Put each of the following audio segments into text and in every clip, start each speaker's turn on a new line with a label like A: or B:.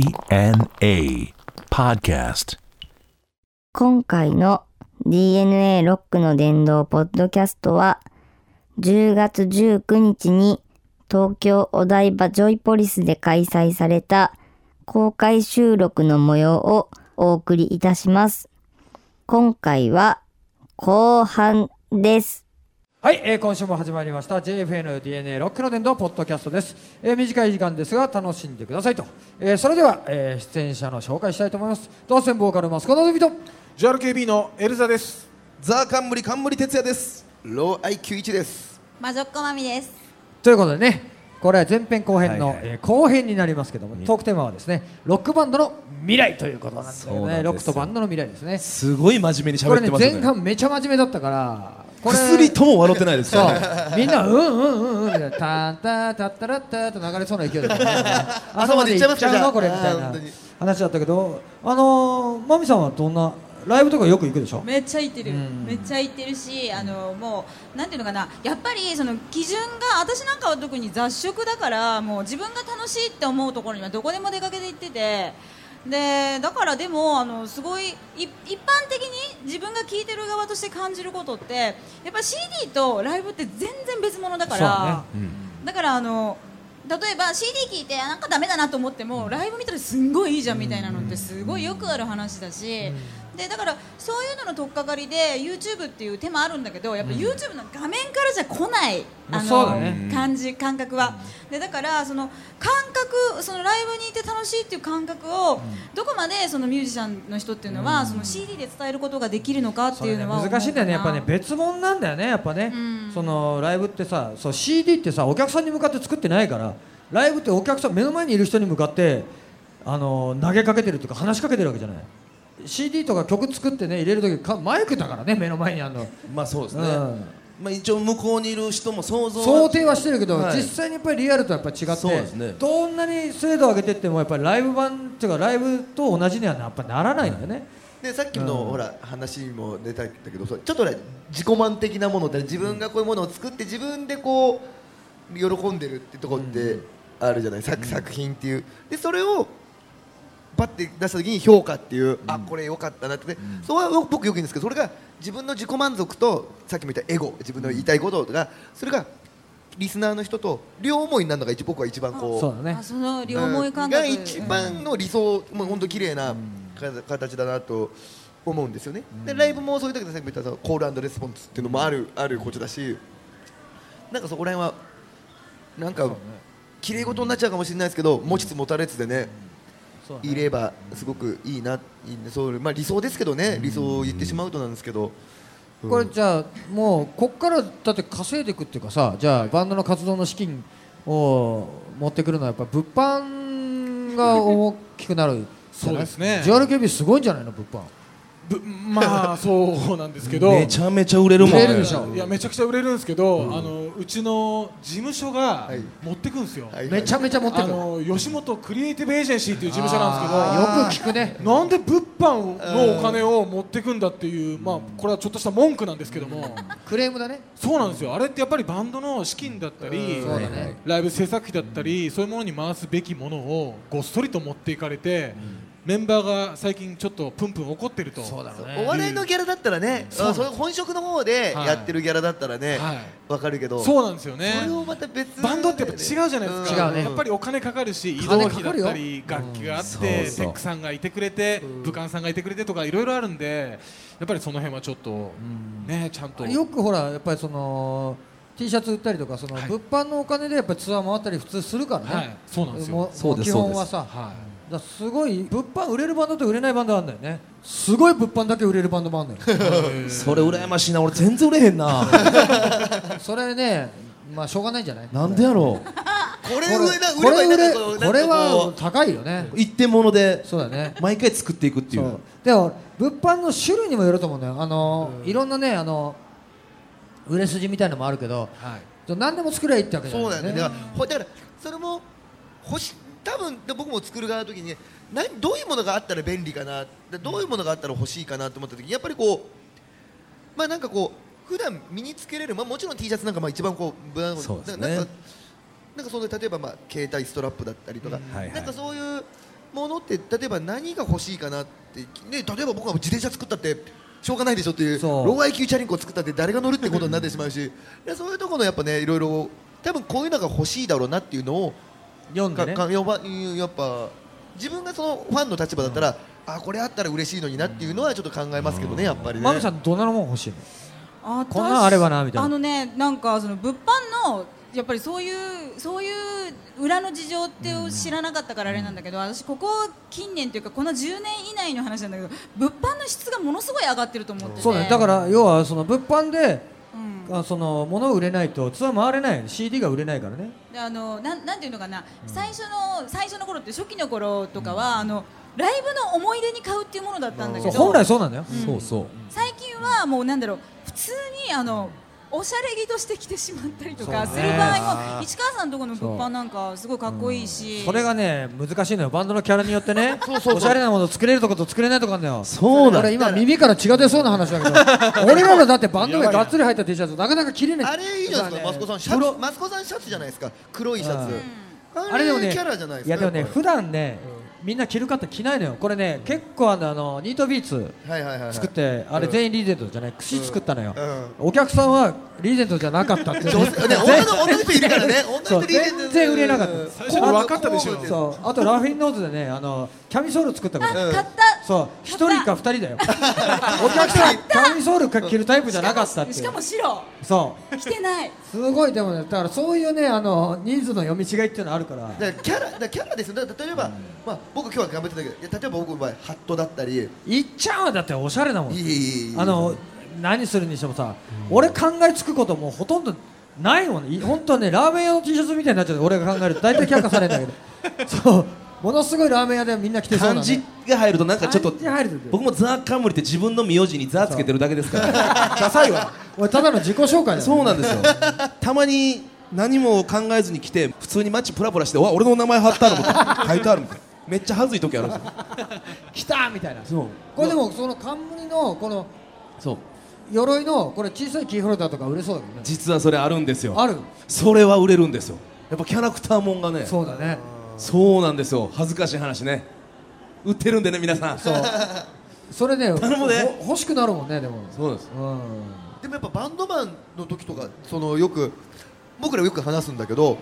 A: DNA Podcast.
B: 今回の DNA ロックの伝道ポッドキャストは10月19日に東京お台場ジョイポリスで開催された公開収録の模様をお送りいたします。今回は後半です。
C: はい、えー今週も始まりました JFNDNA ロックの伝道ポッドキャストです、えー短い時間ですが楽しんでくださいと、えーそれでは、えー出演者の紹介したいと思います当選ボーカルマスコのぞみと
D: JRKB のエルザです
E: ザ・冠冠哲也ですロー IQ1 です
F: 魔女っ子まみです。
C: ということでねこれは前編後編の、
E: はいはい
C: えー後編になりますけどもトークテーマはですねロックバンドの未来ということなんですよね
E: そうなんですよ
C: ロックとバンドの未来ですね
E: すごい真面目に
C: こ
E: 喋
C: れ
E: って
C: ね
E: ますよ
C: 前
E: ね
C: 半めちゃ真面目だったからこれ
E: 薬とも笑ってないです
C: そ
E: よ
C: う
E: ね
C: みんなうんうんうんうんみたいなタンタタッタラッタと流れそうな勢いだったね
E: 朝まで行っちゃいますか
C: 朝のこれ
E: じ
C: みたい
E: ゃああー
C: な
E: 本当に
C: 話だったけどあのー、マミさんはどんなライブとかよく行くでしょ
F: めっちゃ行ってる、
C: うん
F: めっちゃ行ってるし、あのもうなんていうのかな、やっぱりその基準が私なんかは特に雑食だから、もう自分が楽しいって思うところにはどこでも出かけて行ってて。でだからでもあのすごいい一般的に自分が聴いてる側として感じることってやっぱ CD とライブって全然別物だから、だからあの例えば CD 聞いてあなんかダメだなと思ってもライブ見たらすんごいいいじゃんみたいなのってすごいよくある話だし、でだからそういうのの取っかかりで YouTube っていう手もあるんだけどやっぱ YouTube の画面からじゃ来ない、
C: まあ
F: あ
C: そうだ
F: の、
C: ね
F: 感じ感覚は、でだからその感覚そのライブにいて楽しいっていう感覚を、どこまでそのミュージシャンの人っていうのは、その CD で伝えることができるのかって
C: そ
F: い
C: れ
F: う
C: ね
F: のは思うかな、
C: 難しいんだよねやっぱね別物なんだよねやっぱね、
F: うん
C: そのライブってさそう CD ってさお客さんに向かって作ってないからライブってお客さん目の前にいる人に向かってあの投げかけてるというか話しかけてるわけじゃない CD とか曲作ってね入れる時かマイクだからね目の前にあるの
G: まあそうですね、
C: うん
G: まあ一応向こうにいる人も想像は
C: 想定はしてるけど、
G: はい
C: 実際にやっぱりリアルとやっぱ違って
G: そうですね
C: どんなに精度を上げてってもやっぱりライブ版っていうかライブと同じにはやっぱならないんだよね、
E: でさっきの、ほら話にも出たんだけどそうちょっとね自己満的なものって自分がこういうものを作って自分でこう喜んでるってとこってあるじゃない、作作品っていうでそれをパッて出した時に評価っていう、あこれ良かったなって、ねそれは僕よく言うんですけどそれが自分の自己満足とさっきも言ったエゴ自分の言いたいこととかそれがリスナーの人と両思いになるのが一僕は一番こう
C: そうだね
F: あその両思い感
E: が
F: 覚、
E: 一番の理想、もう本当綺麗なか形だなと思うんですよね、でライブもそういう時でさっきも言ったコールレスポンスっていうのもある,、あることだしなんかそこら辺はなんか綺麗事になっちゃうかもしれないですけど持ちつ持たれつでね、
C: そうだね
E: いればすごくいいないいねそうまあ、理想ですけどね、理想を言ってしまうとなんですけど、
C: これじゃあもうこっからだって稼いでいくっていうかさじゃあバンドの活動の資金を持ってくるのはやっぱ物販が大きくなるじゃない
D: そうですね
C: JRKB すごいんじゃないの物販
D: ぶまあそうなんですけど
G: めちゃめちゃ売れるもん
C: 売れるでしょ
D: いやめちゃくちゃ売れるんですけど、あのうちの事務所が
E: はい
D: 持ってくんですよ、
E: はい
C: めちゃめちゃ持って
D: あ
C: くるよ
D: の吉本クリエイティブエージェンシーっていう事務所なんです
C: く聞くね
D: けどなんで物販のお金を持ってくんだっていう、まあこれはちょっとした文句なんですけども
C: クレームだね
D: そうなんですよあれってやっぱりバンドの資金だったり、
C: そうだね
D: ライブ制作費だったり、そういうものに回すべきものをごっそりと持っていかれて、メンバーが最近ちょっとプンプン怒ってると
C: そうだろう
E: お
C: ね
E: 笑いのギャラだったらね、あそういう本職の方でやってるギャラだったらね、わ
D: はい
E: かるけど
D: そうなんですよね
E: それをまた別
D: バンドってやっぱ違うじゃないですか、
C: 違うね
D: やっぱりお金かかるし移動
C: 金かか
D: 費だっ
C: るよ
D: たり楽器があって、テ
G: そうそう
D: ックさんがいてくれて、武漢さんがいてくれてとかいろいろあるんでやっぱりその辺はちょっと、ねちゃんと
C: よくほらやっぱりその T シャツ売ったりとかその物販のお金でやっぱツアー回ったり普通するからね、
D: はいそうなんですよ
C: も
G: そうです
C: 基本はさだからすごい物販売れるバンドと売れないバンドあるんだよねすごい物販だけ売れるバンドもあるんだよ
G: それ羨ましいな俺全然売れへんな
C: それね、まあしょうがないんじゃない。
G: なんでやろ
E: これ
C: これ
E: 売れな
C: これ売れ
E: ばいいな
C: これは
E: こ
C: 高いよね。
G: う一点物で
C: そうだね。
G: 毎回作っていくってい
C: そうう。でも物販の種類にもよると思うんだよ。あのいろんなねあの売れ筋みたいのもあるけど、
D: はい
C: 何でも作りゃいいってわけじゃない
E: そうなんだよだ
C: ね
E: から。ほだからそれも欲し多分で僕も作る側の時に何どういうものがあったら便利かなでどういうものがあったら欲しいかなと思った時にやっぱりこうまあなんかこう普段身につけれるまあもちろん T シャツなんかまあ一番こう無難な
G: そうですね
E: なんかなんかその例えばまあ携帯ストラップだったりとか、
G: はいはい
E: なんかそういうものって例えば何が欲しいかなって、ね、例えば僕は自転車作ったってしょうがないでしょっていう
C: そう
E: ローイ級チャリンコ作ったって誰が乗るってことになってしまうしいやそういうところのやっぱねいろいろ多分こういうのが欲しいだろうなっていうのを
C: 読んで
E: か
C: ね
E: かやばうんやっぱ自分がそのファンの立場だったら、あこれあったら嬉しいのになっていうのはちょっと考えますけどねやっぱりね。
C: マミさんどんなのもん欲しいの
F: あ
C: こんなのあればなみたいな
F: あのねなんかその物販のやっぱりそういうそういう裏の事情ってを知らなかったからあれなんだけど、私ここ近年というかこの10年以内の話なんだけど物販の質がものすごい上がってると思ってて
C: そうだねだから要はその物販で
F: うん
C: あその物を売れないとツアー回れない CD が売れないからね
F: であのなんなんていうのかな、最初の最初の頃って初期の頃とかは、あのライブの思い出に買うっていうものだったんだけ
C: そ
F: ど
C: う本来そうなんだよ
G: そうそう
F: 最近はもうなんだろう普通にあのおしゃれ着として着てしまったりとか
C: そう
F: す
C: ね
F: る場合も市川さんのところの物販なんかすごいかっこいいし、
C: それがね難しいのよバンドのキャラによってねおしゃれなものを作れるとこと作れないとこあるんだよ
G: そうなんだ
C: 俺今耳から血が出そうな話だ けど俺らのだってバンドでがっつり入った T シャツなかなか着れない
E: あれいいじゃないですか、マスコさんシャ
C: プ
E: ツ
C: ロ
E: マスコさんシャツじゃないですか黒いシャツ、
C: あれでもね
E: キャラじゃないですか
C: やでもね
E: やっぱ
C: 普段ねみんな着る方着ないのよこれね結構あのあのニートビーツ
E: りはいはいはいはい
C: 作ってあれ全員リーゼントじゃない串作ったのよ
E: うん
C: お客さんはリーゼントじゃなかったって
E: 女性ね女の女の人いるからね女の
C: そう
E: 人リーゼント
C: 全然売れなかった
E: 最
D: 初から分かったでしょ
C: そうあとラフィンノーズでねあのキャミソール作ったこ
F: あ
C: と
F: 買
E: うん
F: った
C: そう一人か二人だよお客さんキャミソールか着るタイプじゃなかったっていう
F: しかも白
C: そう
F: 着てない
C: すごいでもねだからそういうねあのニーズの読み違いっていうのあるから
E: だからキャラだからキャラですよだから例えば、まあ、僕今日は頑張ってたけどいや例えば僕の場合ハットだったりい
C: いっちゃんはだっておしゃれだもん
E: いいいい
C: あの何するにしてもさ、俺考えつくこともうほとんどないもんねい本当はねラーメン屋の T シャツみたいになっちゃって俺が考えると大体却下されるんだ けどそうものすごいラーメン屋でみんな来てそうな
G: 漢
C: の
G: 字が入るとなんかちょっと
C: 漢字入ると
G: 僕もザ・カムリって自分の名字にザつけてるだけですから
C: ダサいわ俺ただの自己紹介だよ
G: そうなんですよたまに何も考えずに来て普通に街プラプラしてわ俺の名前貼ってあるみたいな書いてあるみたいなめっちゃ恥ずい時あるんですよ
C: 来たみたいな
G: そう
C: これでもその冠のこの
G: そう
C: 鎧のこれ小さいキーホルダーとか売れそうだけどね
G: 実はそれあるんですよ
C: ある
G: それは売れるんですよやっぱキャラクターもんがね
C: そうだね
G: そうなんですよ恥ずかしい話ね売ってるんでね皆さんそう
C: それね
G: 頼むね
C: ほ欲しくなるもんねでも
G: なんです
C: うん
E: でもやっぱバンドマンの時とかそのよく僕らよく話すんだけどやっ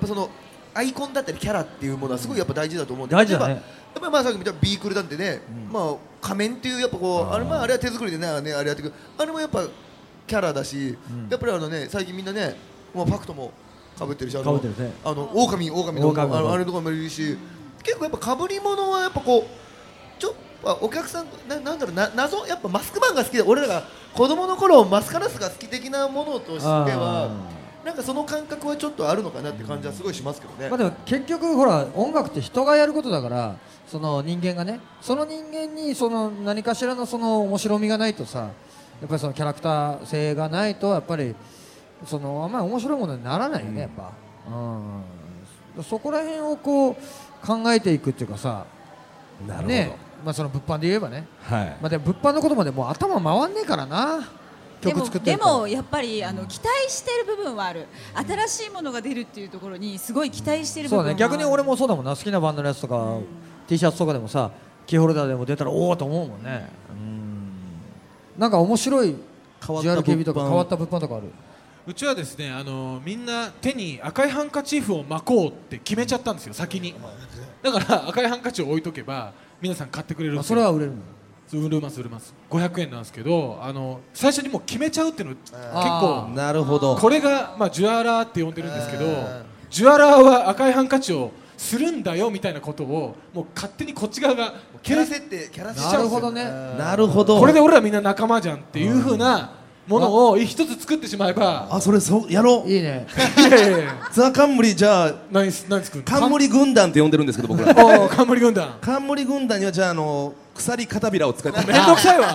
E: ぱそのアイコンだったりキャラっていうものはすごいやっぱ大事だと思うんで
C: 大事だね
E: 例えばやっぱりまあさっきみたいにビークルだってね、まあ仮面っていうやっぱこうあれまああれは手作りでねあれやってくるあれもやっぱキャラだし、やっぱりあのね最近みんなねもうファクトも被ってるしあの
C: 被ってるね
E: あの狼狼のあ
C: 狼の
E: のあれとかもいるし結構やっぱ被り物はやっぱこうちょっとお客さんななんだろうな謎やっぱマスクマンが好きで俺らが子供の頃マスカラスが好き的なものとしては
C: あー
E: なんかその感覚はちょっとあるのかなって感じはすごいしますけどね、
C: まあ、でも結局ほら音楽って人がやることだからその人間がねその人間にその何かしらのその面白みがないとさやっぱりそのキャラクター性がないとやっぱりそのあんまり面白いものにならないよね、やっぱ、うん、そこら辺をこう考えていくっていうかさ
G: なるほど、
C: ねまあ、その物販で言えばね、
G: はい
C: まあ、でも物販のことまでもう頭回んねえからな
F: で
C: 曲
F: も
C: 作って
F: で
C: るから
F: もやっぱりあの期待してる部分はある新しいものが出るっていうところにすごい期待してる部
C: そう
F: 分は
C: ね逆に俺もそうだもんな好きなバンドのやつとか、T シャツとかでもさキーホルダーでも出たらおおと思うもんねうんなんか面白い
G: 変わった物販
C: JRKB とか変わった物販とかある
D: うちはですねあのみんな手に赤いハンカチーフを巻こうって決めちゃったんですよ先にだから赤いハンカチを置いとけば皆さん買ってくれるん
C: あ
D: です
C: そ
D: よ
C: れは売れるの
D: そう売れます売れます500円なんですけどあの最初にもう決めちゃうっていうの結
C: あ
D: 構
G: なるほど
D: これが、まあ、ジュアラーって呼んでるんですけど
E: あー
D: ジュアラーは赤いハンカチをするんだよみたいなことをもう勝手にこっち側が
E: キャラ設定キャラ設定
C: なるほどね
G: なるほど
D: これで俺らみんな仲間じゃんっていうふうなものを一つ作ってしまえば
G: あそれそうやろう
C: いいね
D: いやいやいや
G: ザ・カムリじゃあ
D: ナイスナイス君
G: 冠軍団って呼んでるんですけど僕ら
D: おー冠軍団
G: 冠軍団にはじゃああの鎖片びらを使って
D: めんどくさいわ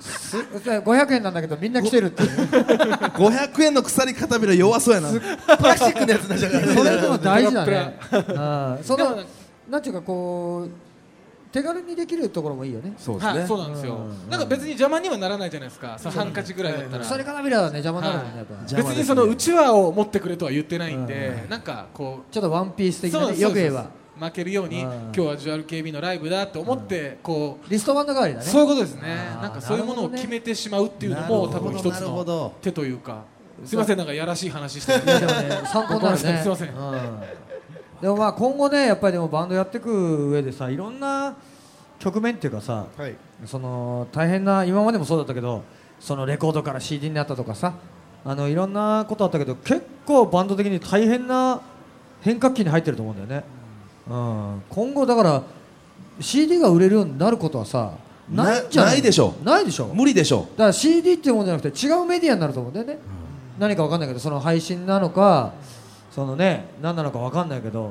C: す500円なんだけどみんな来てるっていう
G: 500円の鎖片びら弱そうやな
E: プラスチックのやつなんじゃない
C: それでも大事だ
D: ペ
C: ねうんそ
D: でも
C: のなんていうかこう手軽にできるところもいいよね
G: そう
D: はいそうなんですよなんか別に邪魔にはならないじゃないですかさハンカチぐらいだったら
C: それから見ればね邪魔になるもんねやっぱ
G: じゃ
D: 別にそのうちわを持ってくれとは言ってないんで、なんかこ
C: ちょっとワンピース
D: う、
C: 的なねよく言えば
D: そう負けるよう
C: う
D: に
C: ん
D: 今日はジュアル KB のライブだと思ってこう
C: リストバンド代わりだね
D: そういうことですね
C: あー
D: なんかそういうもの
C: な
D: を
C: るほどね
D: 決めてしまうっていうの
G: なるほ
D: も
G: ど
D: 多分一つ
G: なるほ
D: の
G: ど
D: 手というかすいませんなんかやらしい話して
C: いやで
D: る
C: もね参考になるね
D: ごめんなさいすい
C: うんでもまあ今後ねやっぱりでもバンドやってく上でさいろんな局面っていうかさ
E: はい
C: その大変な今までもそうだったけどそのレコードから CD になったとかさあのいろんなことあったけど結構バンド的に大変な変革期に入ってると思うんだよね、うん、今後だから CD が売れるようになることはさないんじゃない
G: なないでしょ
C: ないでしょ
G: 無理でしょ
C: だから CD っていうものじゃなくて違うメディアになると思うんだよね、何か分かんないけどその配信なのかそのね何なのか分かんないけど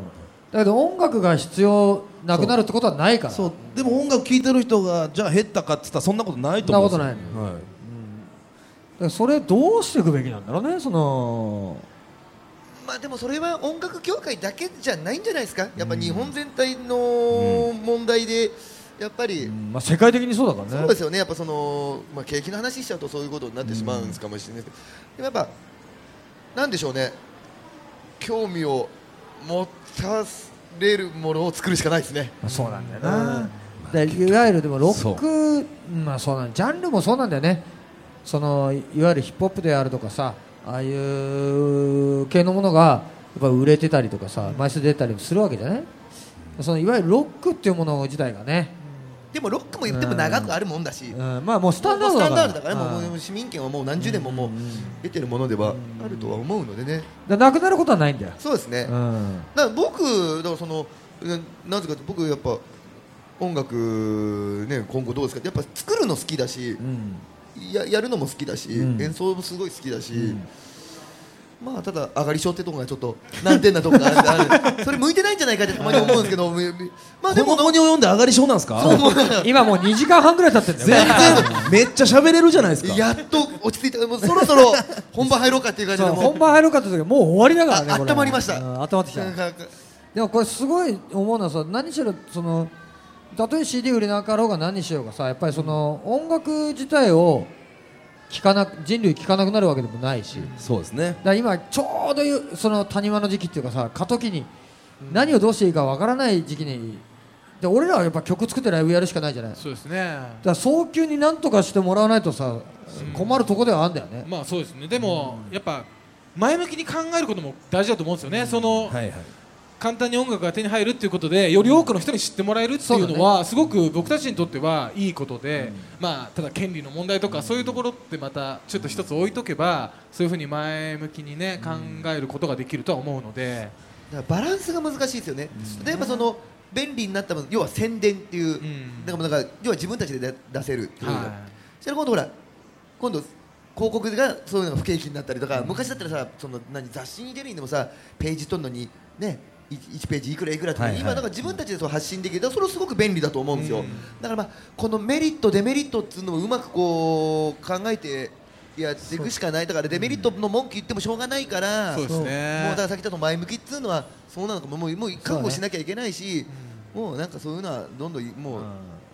C: だけど音楽が必要なくなるってことはないから
G: そうでも音楽聴いてる人がじゃあ減ったかっつったらそんなことないと思う
C: そんなこと
G: ない、はい、
C: だからそれどうしていくべきなんだろうねその
E: まあでもそれは音楽業界だけじゃないんじゃないですかやっぱ日本全体の問題でやっぱり、
C: うんまあ、世界的にそうだからね
E: そうですよねやっぱその、まあ、景気の話しちゃうとそういうことになってしまうんですかもしれないですけど、でもやっぱなんでしょうね興味を持たれるものを作るしかないですね
C: まあそうなんだよな、でいわゆるでもロッ
G: そ
C: クまあそうなんジャンルもそうなんだよねそのいいわゆるヒップホップであるとかさああいう系のものがやっぱ売れてたりとかさ枚数出たりもするわけじゃないそのいわゆるロックっていうもの自体がね、
E: でもロックも言っても長くあるもんだし、
C: う、
E: もうん
C: まあもうスタンダード
E: ス
C: だ
E: タン
C: から
E: ダードだからもうもう市民権はもう何十年ももう得てるものではあるとは思うのでね
C: うんだからなくなることはないんだよ、
E: そうですね、
C: うん
E: だから僕だからそのうんなぜかって僕やっぱ音楽ね今後どうですかってやっぱ作るの好きだし、
C: うん、
E: ややるのも好きだし、
C: うん
E: 演奏もすごい好きだし、まあただ上がり症ってとこがちょっと難点なとこがある あるそれ向いてないんじゃないかってたまに思うんですけどまあで
G: こ
E: も
G: の後に及んで上がり症なんですか
C: 今もう2時間半ぐらい経ってんだよ
G: 全然めっちゃ喋れるじゃないですか
E: やっと落ち着いたもうそろそろ本番入ろうかっていう感じ
C: そ
E: で
C: う
E: も
C: 本番入ろうかって時もう終わりだからね
E: あ
C: これ
E: 温まりました
C: うん温まってきた
E: なんか
C: でもこれすごい思うのはさ何しろそのたとえ CD 売れなかろうが何にしようがさやっぱりその音楽自体を聞かなく人類聞かなくなるわけでもないし、だか
G: そうですね
C: ら今ちょうどいうその谷間の時期っていうかさ過渡期に何をどうしていいかわからない時期にで俺らはやっぱ曲作ってライブやるしかないじゃないだか
D: そうですね
C: ら早急になんとかしてもらわないとさ困るとこではあるんだよね、
D: まあそうですねでもやっぱ前向きに考えることも大事だと思うんですよねその
G: はいはい
D: 簡単に音楽が手に入るっていうことでより多くの人に知ってもらえるっていうのはすごく僕たちにとってはいいことで、まあただ権利の問題とかそういうところってまたちょっと一つ置いとけばそういうふうに前向きにね考えることができるとは思うので、
E: だからバランスが難しいですよね、例えばその便利になったもの要は宣伝っていう、
D: ん
E: だからなんか要は自分たちで出出せるっていう、
D: は
E: そしたら今度ほら今度広告がそういうのが不景気になったりとか、昔だったらさその何雑誌に出るにでもさページ取るのにねい1ページいくらいくらとか、
G: はいはい
E: 今なんか自分たちでそう発信できるだからそれすごく便利だと思うんですよ、
D: うん
E: だからまあこのメリットデメリットっていうのをうまくこう考えてやっていくしかないだからデメリットの文句言ってもしょうがないから、
D: そうですね
E: もうだからさっき言った前向きっつうのはそうなのかももうもう覚悟しなきゃいけないし、もうなんかそういうのはどんどんもう、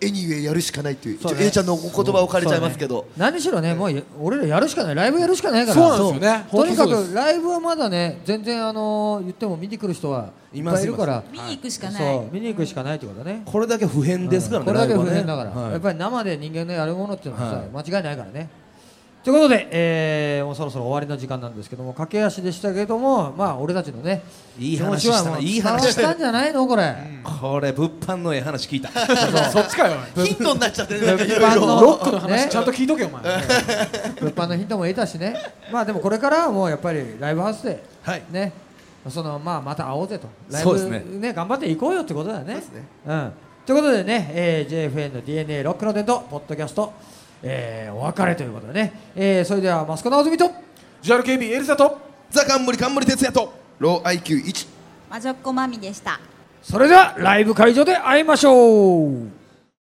E: エニウェイやるしかないという
C: そうね
E: ちょ A ちゃんのお言葉を借りちゃいますけど、
C: 何しろね、もうや俺らやるしかないライブやるしかないから
D: そうなんですよね
C: そうとにか
D: 本当そうで
C: くライブはまだね全然あのー言っても見に来る人はいっぱいいるから
F: 見に行くしかない、
C: そう見に行くしかないってことだね
G: これだけ普遍ですからね、
C: これだけ
G: ラ
C: 不
G: イブはね
C: 変だから、
G: はい
C: やっぱり生で人間のやるものっていうのはさ、
G: はい
C: 間違いないからねということで、えーもうそろそろ終わりの時間なんですけども駆け足でしたけどもまあ俺たちのね
G: いい
C: 気持
G: 話
C: ちは
G: した
C: も
G: な
C: う
G: いい
C: 伝わっ
G: 話した
C: たんじゃないのこれ、
G: これ物販のええ話聞いた
D: そっちかよ
E: ヒントになっちゃってるなんかいろい
C: 物販
E: ろ
C: の
D: ロックの話
C: ね
D: ちゃんと聞いとけよお前、
C: 物販のヒントも得たしね、まあでもこれからはもうやっぱりライブハウスで、
G: はい
C: ね、そのまあまた会おうぜと、ライ
G: そうで
C: ブ
G: す
C: ね
G: ね
C: 頑張っていこうよってことだよね。
E: そうですね
C: うん。ということでね、えー JFN の DNA ロックの伝統ポッドキャスト、えーお別れということでね、えーそれではマスコ直ズミと。
D: JRKB エルサと
G: ザ・冠冠哲也と
E: ロー IQ1
F: 魔女っ子まみでした
C: それではライブ会場で会いましょう。